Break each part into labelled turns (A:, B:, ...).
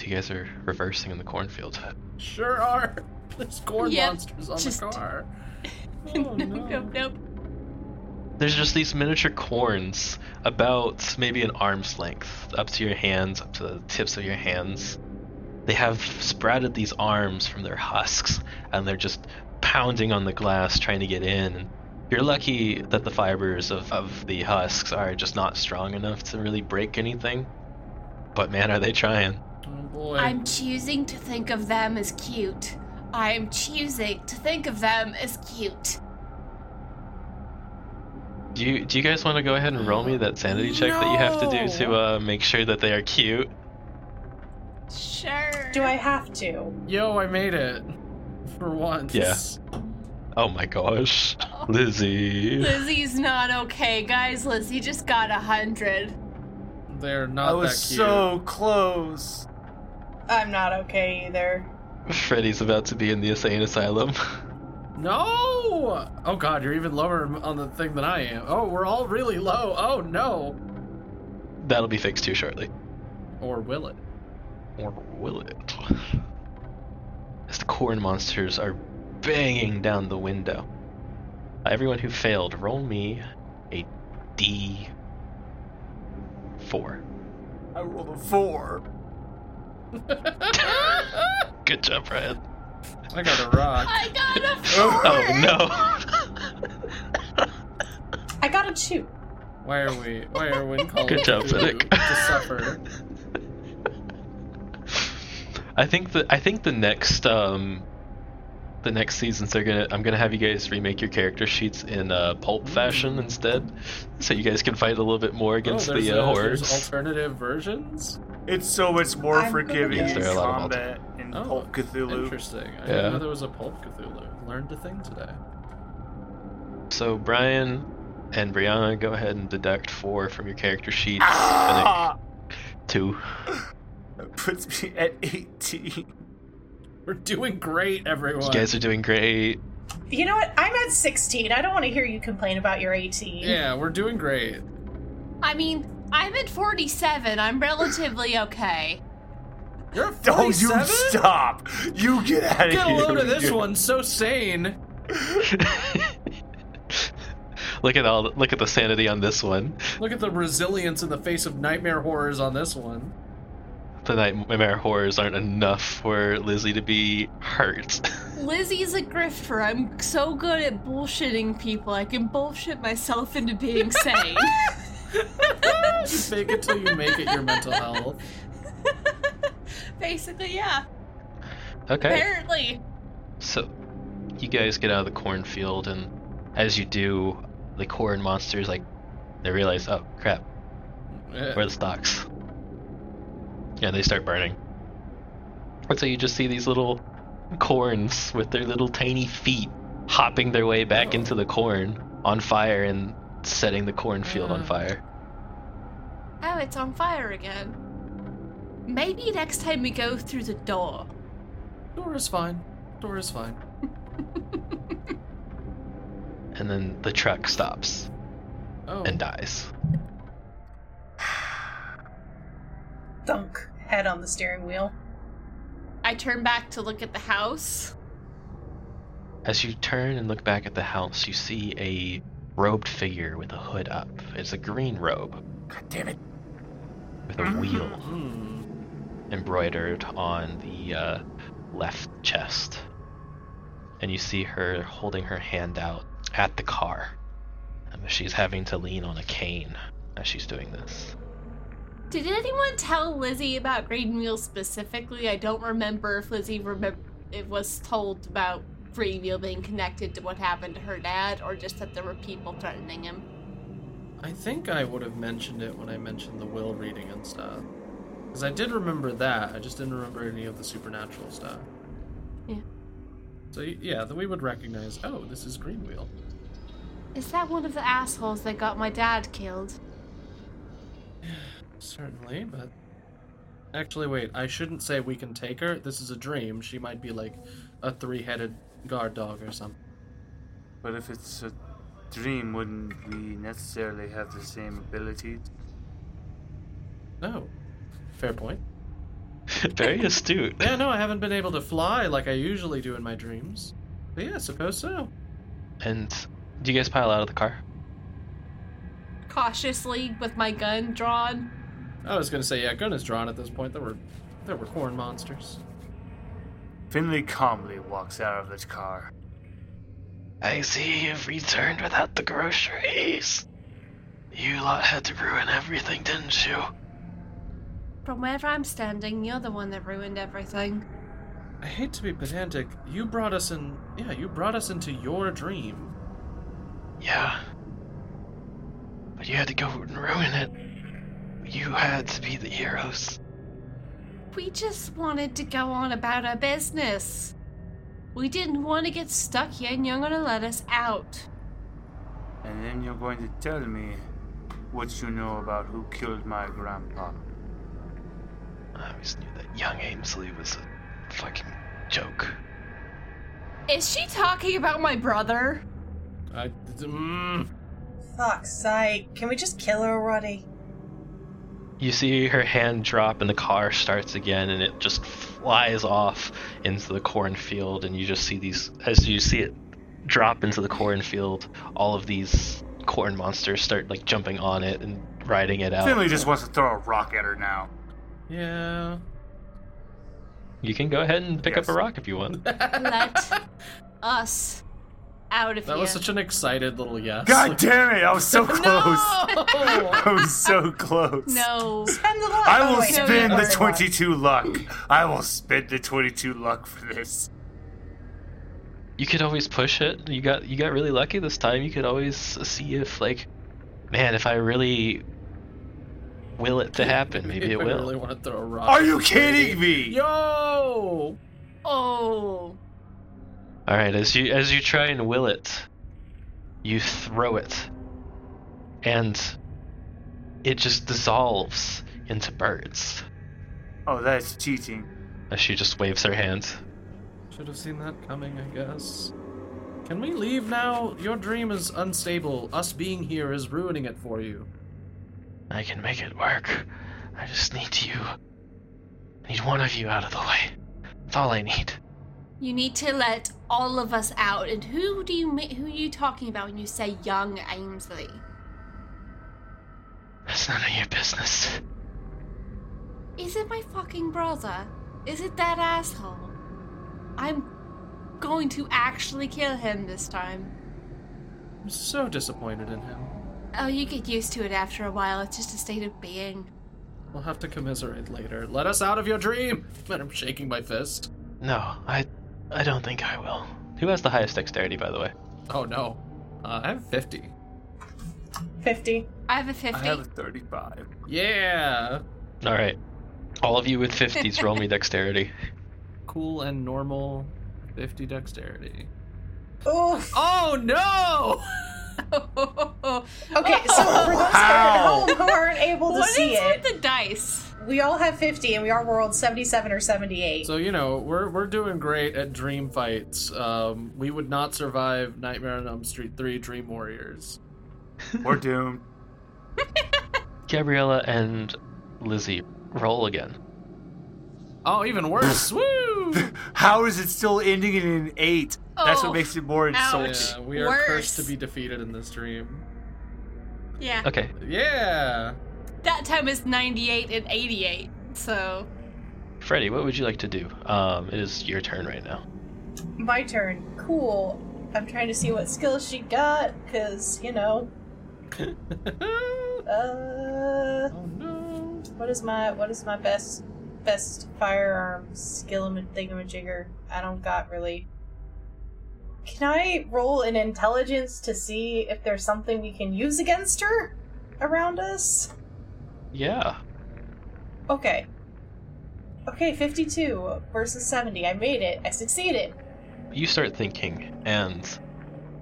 A: you guys are reversing in the cornfield.
B: Sure are. There's corn
C: Yep,
B: monsters on
C: just-
B: the car.
D: Oh,
C: nope, nope, nope.
A: There's just these miniature corns, about maybe an arm's length, up to your hands, up to the tips of your hands. They have sprouted these arms from their husks, and they're just pounding on the glass trying to get in. And you're lucky that the fibers of, of the husks are just not strong enough to really break anything. But man, are they trying.
B: Oh boy.
C: I'm choosing to think of them as cute. I'm choosing to think of them as cute.
A: Do you, do you guys want to go ahead and roll me that sanity check that you have to do to
B: No.
A: uh, make sure that they are cute?
C: Sure.
D: Do I have to?
B: Yo, I made it. For once.
A: Yeah. Oh my gosh. Lizzie.
C: Lizzie's not okay, guys. Lizzie just got a hundred.
B: They're not
E: I was
B: that cute.
E: so close.
D: I'm not okay either.
A: Freddy's about to be in the insane asylum.
B: No! Oh god, you're even lower on the thing than I am. Oh, we're all really low. Oh no.
A: That'll be fixed too shortly.
B: Or will it?
A: Or will it? As the corn monsters are banging down the window. Everyone who failed, roll me a D4.
E: I rolled a four.
A: Good job, Fred.
B: I got a rock.
C: I got a
A: Oh
C: four.
A: no!
D: I got a two.
B: Why are we why are we called
A: Good job,
B: to,
A: Finnick.
B: to suffer?
A: I think the I think the next um the next seasons they're gonna I'm gonna have you guys remake your character sheets in uh, pulp fashion instead, so you guys can fight a little bit more against
B: oh, there's,
A: the uh,
B: a- there's
A: hordes.
B: alternative versions?
E: It's so much more
D: I'm
E: forgiving
D: Yes,
E: in
A: there are a lot of
E: combat in
B: Oh,
E: Pulp Cthulhu.
B: Interesting. I
A: Yeah.
B: didn't know there was a Pulp Cthulhu. Learned a thing today.
A: so Brian and Brianna, go ahead and deduct four from your character sheets. Finnick,
E: Ah!
A: two.
E: That puts me at 18.
B: We're doing great, everyone.
A: You guys are doing great.
D: You know what? I'm at 16. I don't want to hear you complain about your 18.
B: yeah, we're doing great.
C: I mean, I'm at 47. I'm relatively okay.
B: You're a
E: Don't you
B: 47?
E: stop! You get out of
B: Get a
E: here!
B: load of this one, so sane.
A: look at all look at the sanity on this one.
B: Look at the resilience in the face of nightmare horrors on this one.
A: The nightmare horrors aren't enough for Lizzie to be hurt.
C: Lizzie's a grifter. I'm so good at bullshitting people. I can bullshit myself into being sane.
B: Fake it till you make it your mental health.
C: Basically, yeah.
A: okay.
C: Apparently.
A: So, you guys get out of the cornfield, and as you do, the corn monsters like they realize, oh crap,
B: Eh,
A: where are the stalks? Yeah, they start burning. And so you just see these little corns with their little tiny feet hopping their way back
B: Oh.
A: into the corn on fire and setting the cornfield on
B: Mm.
A: fire.
C: Oh, it's on fire again. Maybe next time we go through the door.
B: Door is fine. Door is fine.
A: And then the truck stops
B: Oh.
A: and dies.
D: Thunk. Head on the steering wheel.
C: I turn back to look at the house.
A: As you turn and look back at the house, you see a robed figure with a hood up. It's a green robe
E: God damn it.
A: with a wheel
B: Hmm.
A: embroidered on the uh, left chest. And you see her holding her hand out at the car. Um, she's having to lean on a cane as she's doing this.
C: Did anyone tell Lizzie about Green Wheel specifically? I don't remember if Lizzie remember it was told about Green Wheel being connected to what happened to her dad, or just that there were people threatening him.
B: I think I would have mentioned it when I mentioned the will reading and stuff. Because I did remember that. I just didn't remember any of the supernatural stuff.
C: Yeah.
B: So, y- yeah, then we would recognize oh, this is Green Wheel.
C: Is that one of the assholes that got my dad killed?
B: Certainly, but. Actually, wait, I shouldn't say we can take her. This is a dream. She might be like a three headed guard dog or something.
E: But if it's a dream, wouldn't we necessarily have the same abilities?
B: No. Fair point.
A: Very astute.
B: Yeah, no, I haven't been able to fly like I usually do in my dreams. But yeah, I suppose so.
A: And do you guys pile out of the car?
C: Cautiously, with my gun drawn.
B: I was gonna say, yeah, gun is drawn at this point. There were, there were corn monsters.
E: Finley calmly walks out of the car.
A: I see you've returned without the groceries. You lot had to ruin everything, didn't you?
C: From where I'm standing, you're the one that ruined everything.
B: I hate to be pedantic. You brought us in. Yeah, you brought us into your dream.
A: Yeah. But you had to go and ruin it. You had to be the heroes.
C: We just wanted to go on about our business. We didn't want to get stuck here, and you're gonna let us out.
E: And then you're going to tell me what you know about who killed my grandpa.
A: I always knew that young Amesley was a fucking joke.
C: Is she talking about my brother?
B: I. Mm,
D: Fuck's sake. Can we just kill her already?
A: You see her hand drop, and the car starts again, and it just flies off into the cornfield. And you just see these, as you see it drop into the cornfield, all of these corn monsters start like jumping on it and riding it out.
E: Finley just wants to throw a rock at her now.
B: yeah.
A: You can go ahead and pick
E: Yes.
A: up a rock if you want.
C: Let us out of
B: That
C: here.
B: was such an excited little yes. Oh,
E: God damn it! I was so close.
B: No!
E: I was so close.
C: no.
D: Spend the luck.
E: I will
D: Oh, wait,
C: no,
E: spend
D: no,
E: the
D: no, no.
E: 22 luck. I will spend the 22 luck for this.
A: you could always push it. You got you got really lucky this time. You could always see if like, man, if I really will it to happen, maybe it
B: I
A: will.
B: really want to throw a rock.
E: Are you kidding me?
B: Yo!
C: Oh.
A: All right, as you as you try and will it, you throw it, and it just dissolves into birds
E: Oh, that's cheating.
A: as she just waves her hands.
B: Should have seen that coming, I guess. Can we leave now? Your dream is unstable. Us being here is ruining it for you.
A: I can make it work. I just need you. I need one of you out of the way. That's all I need.
C: You need to let all of us out. And who do you ma- who are you talking about when you say young Amesley?
A: That's none of your business.
C: Is it my fucking brother? Is it that asshole? I'm going to actually kill him this time.
B: I'm so disappointed in him.
C: Oh, you get used to it after a while. It's just a state of being.
B: We'll have to commiserate later. Let us out of your dream! But I'm shaking my fist.
A: No, I, I don't think I will. Who has the highest dexterity, by the way?
B: Oh no. Uh, I have 50.
D: 50.
C: I have a 50.
E: I have a 35.
B: Yeah!
A: All right, all of you with fifties, roll me dexterity.
B: Cool and normal 50 dexterity.
D: Oof.
B: Oh no!
D: Okay, so for those
E: Wow.
D: here at home who aren't able to
C: what
D: see
C: is
D: it,
C: with the dice?
D: we all have 50 and we are world 77 or 78.
B: so, you know, we're, we're doing great at dream fights. Um, we would not survive Nightmare on Elm Street 3 Dream Warriors.
E: We're doomed.
A: Gabriella and Lizzie, roll again.
B: Oh, even worse! Woo!
E: How is it still ending in an 8? That's
C: Oh,
E: what makes it more insulting.
C: ouch.
B: Yeah, we are
C: Worse.
B: cursed to be defeated in this dream.
C: Yeah.
A: Okay,
B: Yeah!
C: That time is 98 and 88. So,
A: Freddy, what would you like to do? Um, it is your turn right now.
D: My turn. Cool. I'm trying to see what skills she got, because, you know,
B: oh
D: uh,
B: no!
D: what is my, what is my best, best firearm skill and thingamajigger? I don't got really. Can I roll an intelligence to see if there's something we can use against her around us?
A: Yeah,
D: Okay. Okay, 52 versus 70. I made it. I succeeded.
A: you start thinking, and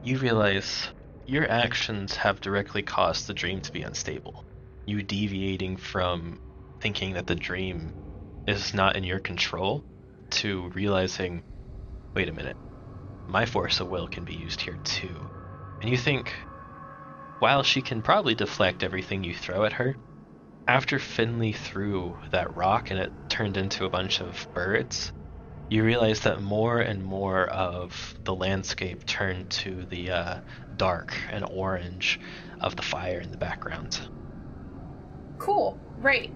A: you realize your actions have directly caused the dream to be unstable. You deviating from thinking that the dream is not in your control to realizing, wait a minute, my force of will can be used here too. And you think, while she can probably deflect everything you throw at her, after Finley threw that rock and it turned into a bunch of birds, you realize that more and more of the landscape turned to the uh, dark and orange of the fire in the background.
D: Cool. Right.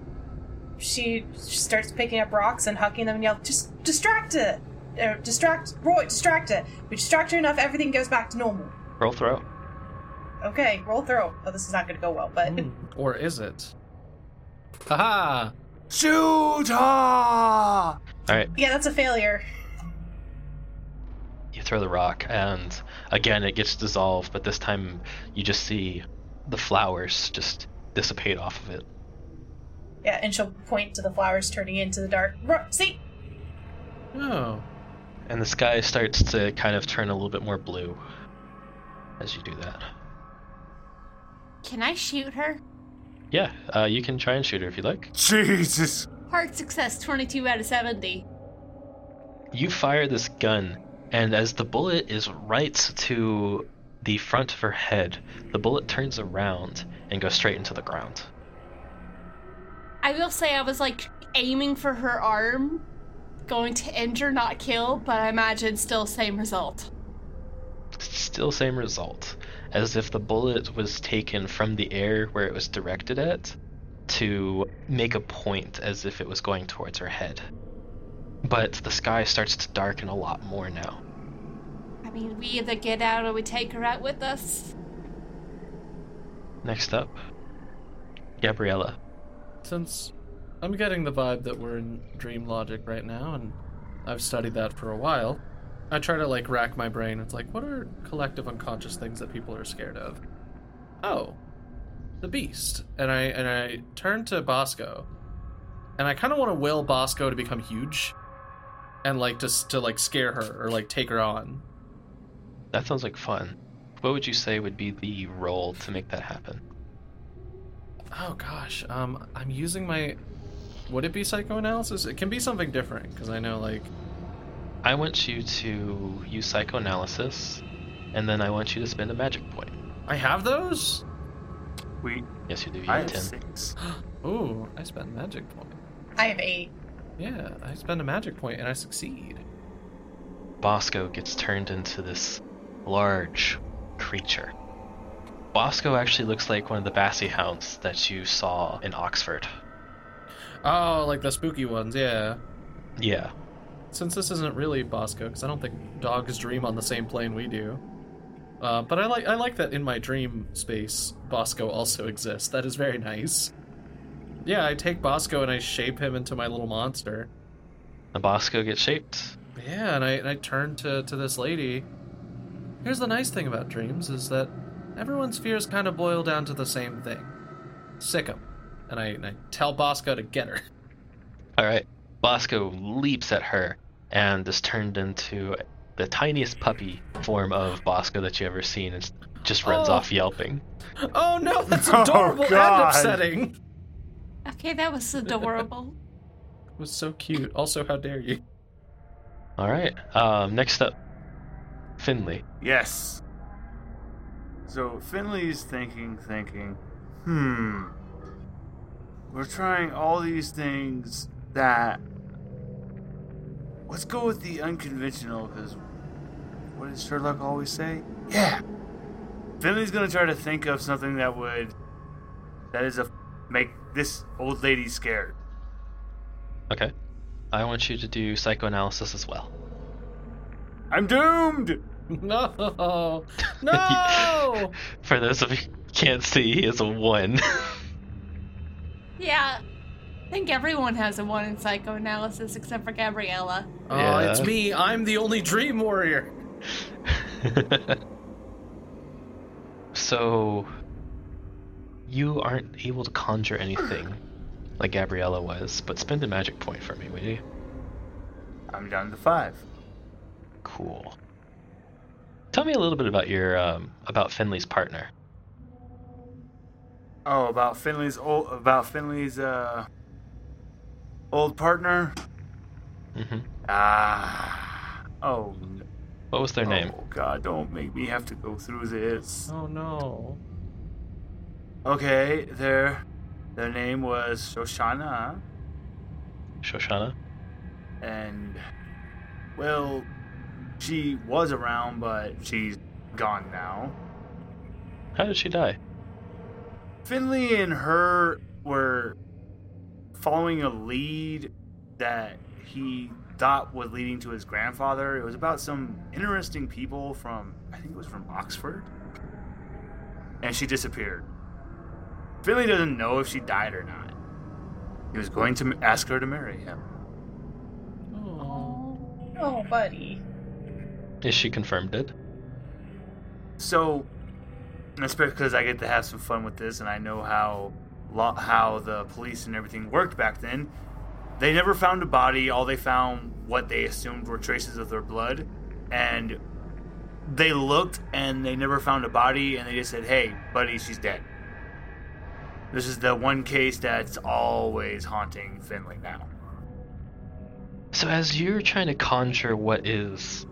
D: She starts picking up rocks and hucking them and yell, "Just distract it! Uh, distract Roy! Distract it! We distract her enough, everything goes back to normal."
A: Roll throw.
D: Okay, roll throw. Oh, this is not going to go well, but
B: Hmm. Or is it? Haha!
E: Shoot ah! her!
A: All right,
D: yeah, that's a failure.
A: you throw the rock, and again it gets dissolved, but this time you just see the flowers just dissipate off of it.
D: Yeah, and she'll point to the flowers turning into the dark. Ro- See,
B: Oh.
A: And the sky starts to kind of turn a little bit more blue as you do that.
C: Can I shoot her?
A: Yeah, uh, you can try and shoot her if you like.
E: Jesus!
C: Hard success, 22 out of 70.
A: You fire this gun, and as the bullet is right to the front of her head, the bullet turns around and goes straight into the ground.
C: I will say I was like aiming for her arm, going to injure, not kill, but I imagine still same result.
A: Still, same result, as if the bullet was taken from the air where it was directed at to make a point as if it was going towards her head. But the sky starts to darken a lot more now.
C: I mean, we either get out or we take her out with us.
A: Next up, Gabriella.
B: Since I'm getting the vibe that we're in dream logic right now, and I've studied that for a while, I try to like rack my brain. It's like, what are collective unconscious things that people are scared of? Oh, the beast. And I and I turn to Bosco, and I kind of want to will Bosco to become huge, and like just to like scare her or like take her on.
A: That sounds like fun. What would you say would be the role to make that happen?
B: Oh gosh, um, I'm using my. Would it be psychoanalysis? It can be something different because I know like
A: I want you to use psychoanalysis, and then I want you to spend a magic point.
B: I have those.
E: We.
A: Yes, you do. You
E: I
A: get
E: have
A: 10.
E: six.
B: Ooh, I spend magic point.
D: I have eight.
B: Yeah, I spend a magic point and I succeed.
A: Bosco gets turned into this large creature. Bosco actually looks like one of the Bassie hounds that you saw in Oxford.
B: Oh, like the spooky ones, yeah.
A: Yeah.
B: Since this isn't really Bosco, because I don't think dogs dream on the same plane we do. Uh, but I like I like that in my dream space, Bosco also exists. That is very nice. Yeah, I take Bosco and I shape him into my little monster.
A: And Bosco gets shaped.
B: Yeah, and I and I turn to to this lady. Here's the nice thing about dreams is that everyone's fears kind of boil down to the same thing. Sick 'em. And I, and I tell Bosco to get her.
A: Alright. Bosco leaps at her and is turned into the tiniest puppy form of Bosco that you ever seen and just runs
B: Oh.
A: off yelping.
B: Oh no, that's
E: Oh,
B: adorable and
E: God.
B: upsetting.
C: Okay, that was adorable.
B: It was so cute. Also, how dare you?
A: All right. Um, next up, Finley.
E: Yes. So Finley's thinking, thinking, hmm. We're trying all these things that. Let's go with the unconventional, because what does Sherlock always say? Yeah. Finley's gonna try to think of something that would. that is a. make this old lady scared.
A: Okay. I want you to do psychoanalysis as well.
E: I'm doomed!
B: No, no.
A: For those of you who can't see, he is a one.
C: yeah, I think everyone has a one in psychoanalysis except for Gabriella.
B: Oh, it's
A: Yeah.
B: me. I'm the only dream warrior.
A: so you aren't able to conjure anything like Gabriella was, but spend a magic point for me, will you?
E: I'm down to five.
A: Cool. Tell me a little bit about your um, about Finley's partner.
E: Oh, about Finley's old about Finley's uh old partner.
A: hmm
E: Ah. Oh. n-
A: What was their name?
E: Oh God! Don't make me have to go through this.
B: Oh no.
E: Okay, their Their name was Shoshana
A: Shoshana?
E: and well, she was around, but she's gone now.
A: How did she die?
E: Finley and her were following a lead that he thought was leading to his grandfather. It was about some interesting people from, I think it was from Oxford. And she disappeared. Finley doesn't know if she died or not. He was going to m- ask her to marry him.
B: Oh.
D: Oh, buddy.
A: Is she confirmed dead?
E: So, that's because I get to have some fun with this, and I know how lo- how the police and everything worked back then. They never found a body. All they found what they assumed were traces of their blood, and they looked and they never found a body. And they just said, "Hey, buddy, she's dead." This is the one case that's always haunting Finley now.
A: So, as you're trying to conjure what is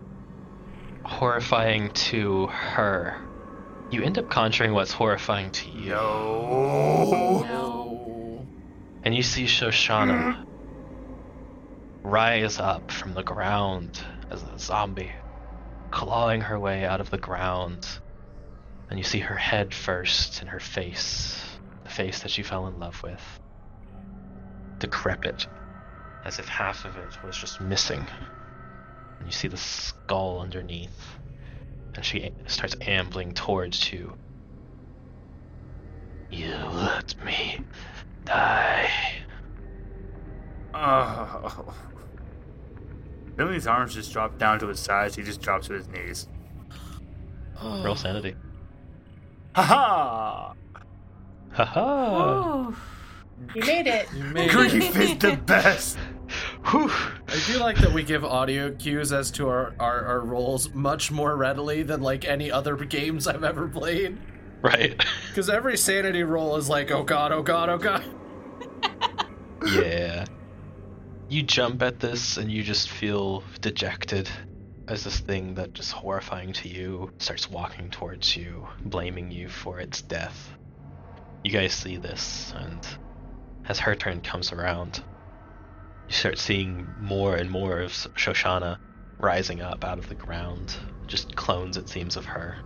A: horrifying to her, you end up conjuring what's horrifying to you.
E: No.
B: No.
A: And you see Shoshana rise up from the ground as a zombie, clawing her way out of the ground. And you see her head first and her face, the face that she fell in love with. Decrepit, as if half of it was just missing. And you see the skull underneath. And she a- starts ambling towards you. You let me die.
E: Oh. Billy's arms just drop down to his sides. He just drops to his knees.
A: Roll sanity.
E: Haha!
A: Haha!
C: Oh.
D: You made it.
B: You made it.
E: Grief is the best.
A: Whew.
B: I do like that we give audio cues as to our, our, our roles much more readily than like any other games I've ever played.
A: Right.
B: Because every sanity roll is like, oh god, oh god, oh god.
A: Yeah. You jump at this and you just feel dejected as this thing that is horrifying to you starts walking towards you, blaming you for its death. You guys see this, and as her turn comes around, you start seeing more and more of Shoshana rising up out of the ground, just clones it seems of her.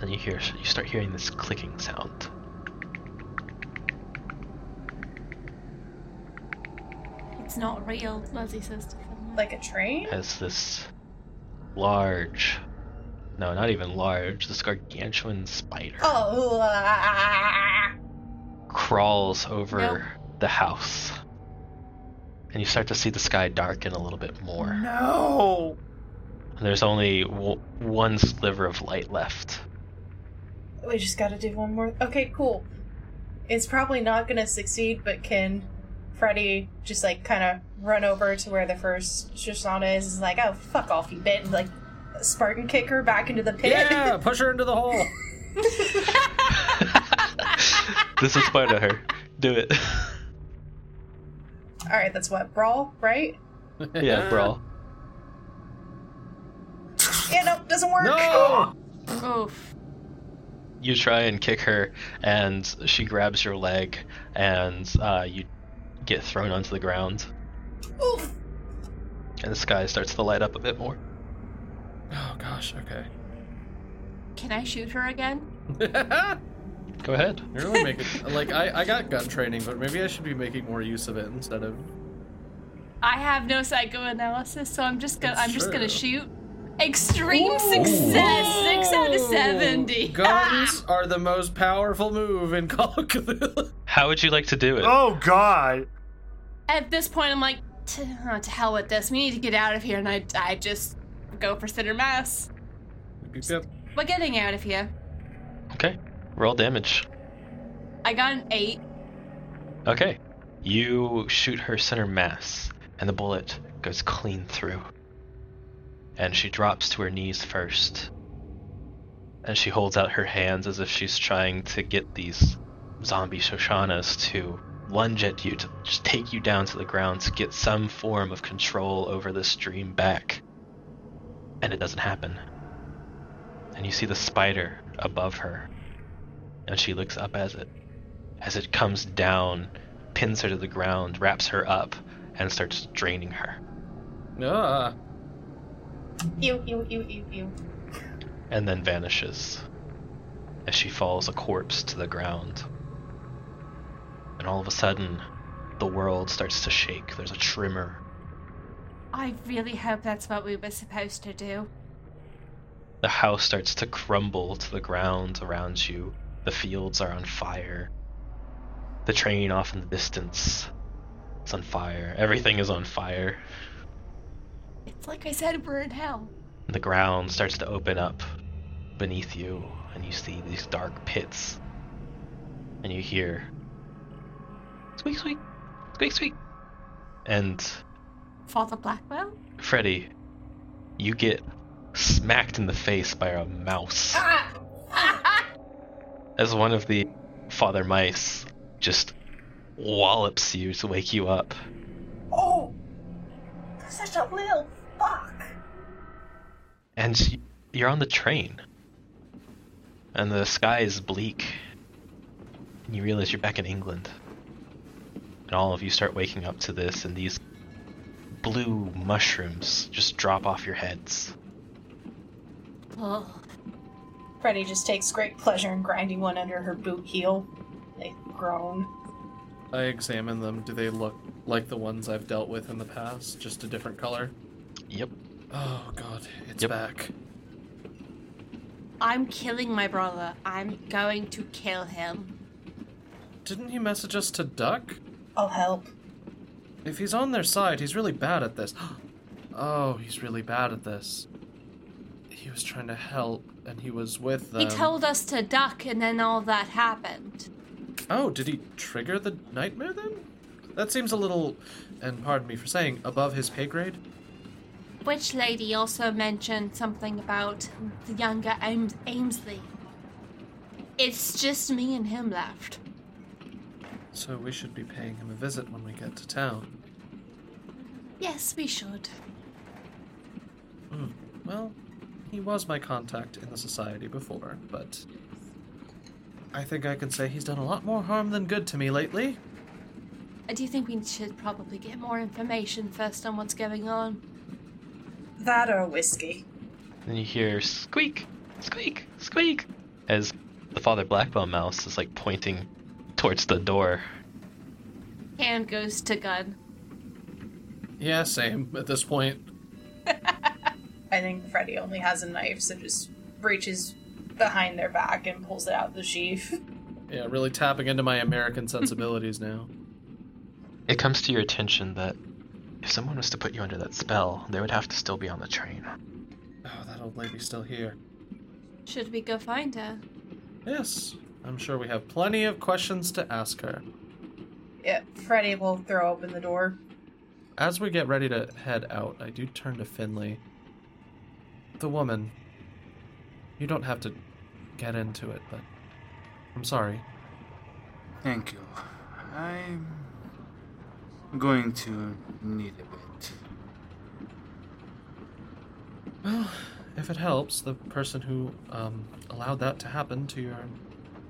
A: And you hear you start hearing this clicking sound.
C: It's not real, Lizzie says to Finley.
D: Like a train?
A: as this large, no, not even large, this gargantuan spider
D: Oh, ah.
A: crawls over the house. And you start to see the sky darken a little bit more.
E: No.
A: And there's only w- one sliver of light left.
D: we just gotta do one more. Okay, cool. It's probably not gonna succeed, but can Freddy just like kind of run over to where the first Shoshana is? Is like, oh, fuck off, you bit. and, Like, Spartan kick her back into the pit.
B: Yeah, push her into the hole.
A: this is spider her. Do it.
D: All right, that's what brawl, right?
A: yeah, brawl.
D: Yeah, nope, doesn't work.
B: No!
C: Oof.
A: You try and kick her, and she grabs your leg, and uh, you get thrown onto the ground.
D: Oof.
A: And the sky starts to light up a bit more.
B: Oh gosh, okay.
C: Can I shoot her again?
B: You're
A: Go ahead.
B: really making like I, I got gun training, but maybe I should be making more use of it instead of
C: I have no psychoanalysis, so I'm just gonna
B: That's
C: I'm just gonna
B: true.
C: shoot. Extreme success, six out of seventy.
B: Guns are the most powerful move in Call of Cthulhu.
A: How would you like to do it?
E: Oh God.
C: At this point, I'm like, "T- uh, to hell with this. We need to get out of here, and I I just go for center mass.
B: Yep.
C: We're getting out of here.
A: Okay. Roll damage.
C: I got an eight.
A: Okay. You shoot her center mass, and the bullet goes clean through. And she drops to her knees first. And she holds out her hands as if she's trying to get these zombie Shoshanas to lunge at you, to just take you down to the ground, to get some form of control over this dream back. And it doesn't happen. And you see the spider above her. And she looks up at it. as it comes down, pins her to the ground, wraps her up, and starts draining her.
B: Ah,
D: Ew, ew, ew, ew, ew.
A: and then vanishes as she falls a corpse to the ground. And all of a sudden, the world starts to shake. There's a tremor.
C: I really hope that's what we were supposed to do.
A: The house starts to crumble to the ground around you. The fields are on fire. The train off in the distance is on fire. Everything is on fire.
C: It's like I said, we're in hell.
A: The ground starts to open up beneath you, and you see these dark pits. And you hear squeak, squeak, squeak, squeak. And
C: Father Blackwell?
A: Freddy, you get smacked in the face by a mouse as one of the father mice just wallops you to wake you up.
D: Oh! Such a little fuck!
A: And y- you're on the train. And the sky is bleak. And you realize you're back in England. And all of you start waking up to this, and these blue mushrooms just drop off your heads.
C: Oh,
D: Freddy just takes great pleasure in grinding one under her boot heel. They groan.
B: I examine them. Do they look like the ones I've dealt with in the past? Just a different color?
A: Yep.
B: Oh god, it's
A: Yep.
B: back.
C: I'm killing my brother. I'm going to kill him.
B: Didn't he message us to duck?
D: I'll help.
B: If he's on their side, he's really bad at this. Oh, he's really bad at this. He was trying to help, and he was with them.
C: he told us to duck, and then all that happened.
B: Oh, did he trigger the nightmare then? That seems a little, and pardon me for saying, above his pay grade.
C: Witch lady also mentioned something about the younger Ames- Amesley. It's just me and him left.
B: So we should be paying him a visit when we get to town.
C: Yes, we should.
B: Well, he was my contact in the society before, but I think I can say he's done a lot more harm than good to me lately.
C: I Uh, do think we should probably get more information first on what's going on.
D: That or whiskey.
A: Then you hear squeak, squeak, squeak, as the Father Blackwell mouse is like pointing towards the door.
C: Hand goes to gun.
B: Yeah, same at this point.
D: I think Freddy only has a knife, so just reaches behind their back and pulls it out of the sheath.
B: Yeah, really tapping into my American sensibilities now.
A: It comes to your attention that if someone was to put you under that spell, they would have to still be on the train.
B: Oh, that old lady's still here.
C: Should we go find her?
B: Yes, I'm sure we have plenty of questions to ask her.
D: Yep, Freddy will throw open the door.
B: As we get ready to head out, I do turn to Finley. The woman. You don't have to get into it, but I'm sorry.
E: Thank you. I'm going to need a bit.
B: Well, if it helps, the person who um, allowed that to happen to your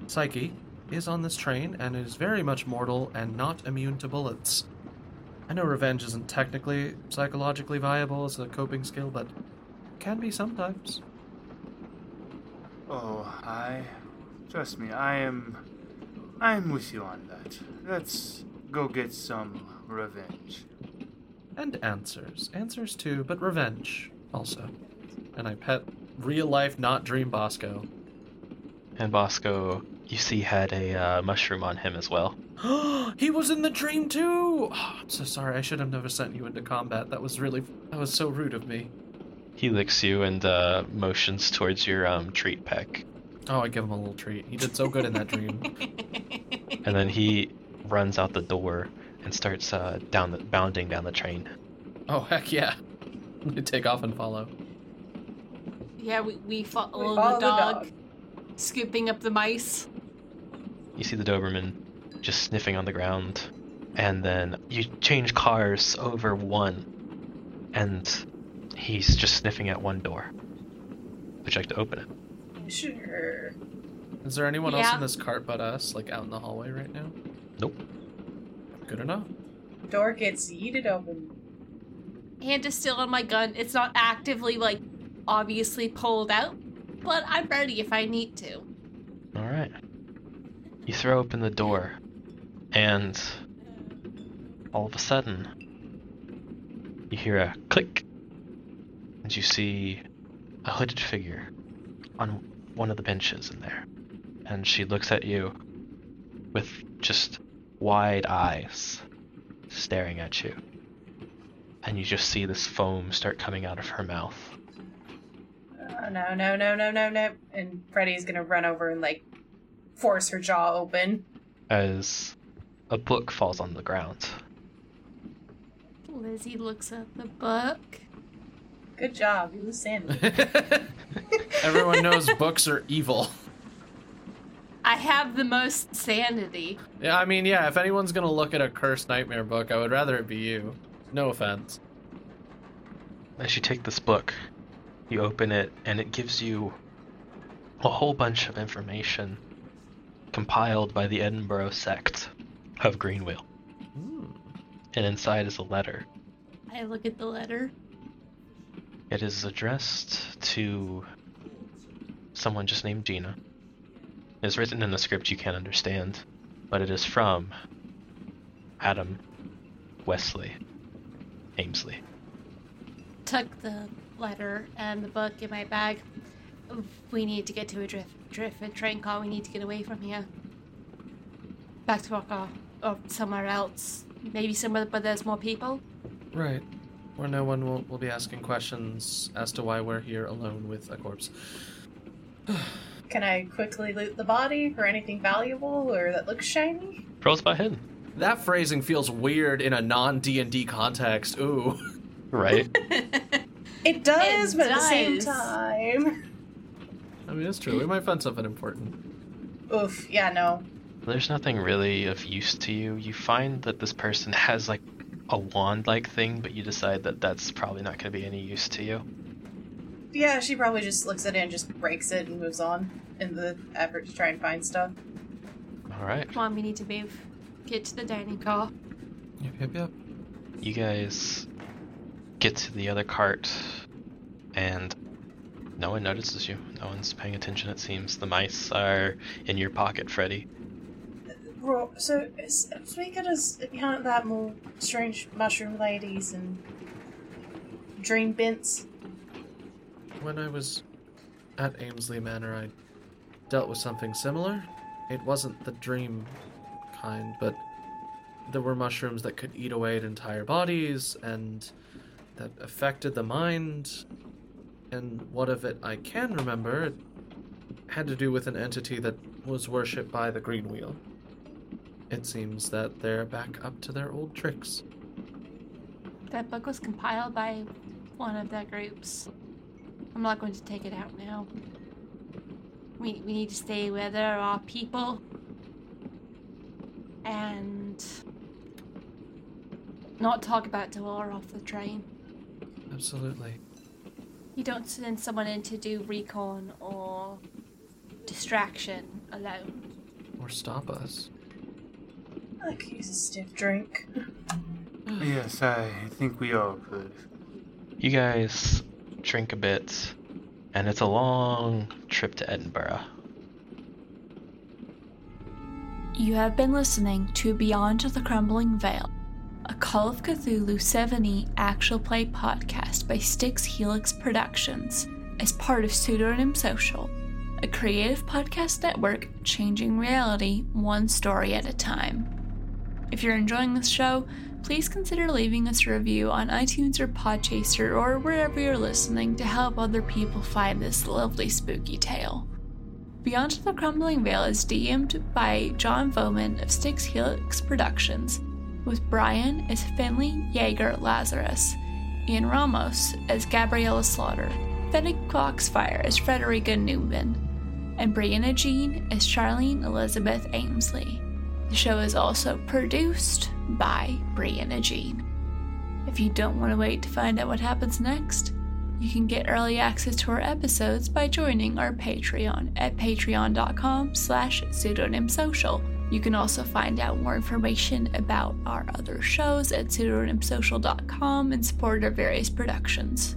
B: psyche is on this train and is very much mortal and not immune to bullets. I know revenge isn't technically psychologically viable as a coping skill, but can be sometimes.
E: Oh, I trust me. I am. I'm with you on that. Let's go get some revenge.
B: And answers. Answers too, but revenge also. And I pet real life, not dream Bosco.
A: And Bosco, you see, had a uh, mushroom on him as well.
B: he was in the dream too! Oh, I'm so sorry, I should have never sent you into combat. That was really, that was so rude of me.
A: He licks you and uh, motions towards your um, treat pack,
B: Oh, I give him a little treat. He did so good in that dream.
A: and then he runs out the door and starts uh, down the, bounding down the train.
B: Oh, heck yeah. I take off and follow.
C: Yeah, we, we follow,
D: We follow
C: the, dog, scooping up the mice.
A: You see the Doberman just sniffing on the ground, and then you change cars over one, and he's just sniffing at one door. Would you like to open it?
D: Sure.
B: Is there anyone else
C: Yeah.
B: in this cart but us, like out in the hallway right now?
A: Nope.
B: Good enough.
D: Door gets yeeted open.
C: Hand is still on my gun. It's not actively, like, obviously pulled out, but I'm ready if I need to.
A: All right. You throw open the door, and all of a sudden, you hear a click, and you see a hooded figure on one of the benches in there. And she looks at you with just wide eyes, staring at you. And you just see this foam start coming out of her mouth.
D: Oh, no, no, no, no, no, no. And Freddy's gonna run over and, like, force her jaw open.
A: as a book falls on the ground.
C: Lizzie looks at the book.
D: Good job. You was sanity.
B: Everyone knows books are evil.
C: I have the most sanity.
B: Yeah, I mean, yeah, if anyone's gonna look at a cursed nightmare book, I would rather it be you. No offense.
A: As you take this book, you open it, and it gives you a whole bunch of information compiled by the Edinburgh sect of Greenwheel. And inside is a letter.
C: I look at the letter.
A: It is addressed to someone just named Gina. It's written in a script you can't understand, but it is from Adam Wesley Amesley.
C: Tuck the letter and the book in my bag. We need to get to a drift, drift a train call. We need to get away from here. Back to Waka or somewhere else. Maybe somewhere but there's more people.
B: Right. Where no one will, will be asking questions as to why we're here alone with a corpse.
D: Can I quickly loot the body for anything valuable or that looks shiny?
A: Rolls by hidden.
B: That phrasing feels weird in a non D and D context. Ooh.
A: Right.
D: It does,
C: It
D: but at the same
C: does.
D: time.
B: I mean, it's true. We might find something important.
D: Oof, yeah, no.
A: There's nothing really of use to you. You find that this person has like a wand like thing, but you decide that that's probably not going to be any use to you.
D: Yeah, she probably just looks at it and just breaks it and moves on in the effort to try and find stuff.
A: All right.
C: Come on, we need to move. Get to the dining car.
B: Yep, yep, yep.
A: You guys get to the other cart, and no one notices you. No one's paying attention, it seems. The mice are in your pocket, Freddy.
D: Ro- So, as, as we could as count that more strange mushroom ladies and dream bents.
B: When I was at Amesley Manor, I dealt with something similar. It wasn't the dream kind, but there were mushrooms that could eat away at entire bodies and that affected the mind. And what of it I can remember it had to do with an entity that was worshipped by the Green Wheel. It seems that they're back up to their old tricks.
C: That book was compiled by one of their groups. I'm not going to take it out now. We, we need to stay where there are people and not talk about Delora off the train.
B: Absolutely.
C: You don't send someone in to do recon or distraction alone.
B: Or stop us.
D: I could use a stiff drink.
E: Yes, I think we all could.
A: You guys drink a bit, and it's a long trip to Edinburgh.
F: You have been listening to Beyond the Crumbling Veil, a Call of Cthulhu 70 actual play podcast by Styx Helix Productions as part of Pseudonym Social, a creative podcast network changing reality one story at a time. If you're enjoying this show, please consider leaving us a review on iTunes or Podchaser or wherever you're listening to help other people find this lovely spooky tale. Beyond the Crumbling Veil is DM'd by John Voman of Styx Helix Productions, with Brian as Finley Jaeger Lazarus, Ian Ramos as Gabriella Slaughter, Fennec Foxfire as Frederica Newman, and Brianna Jean as Charlene Elizabeth Amesley. The show is also produced by Brianna Jean. If you don't want to wait to find out what happens next, You can get early access to our episodes by joining our Patreon at patreon.com slash pseudonymsocial. You can also find out more information about our other shows at pseudonymsocial.com and support our various productions.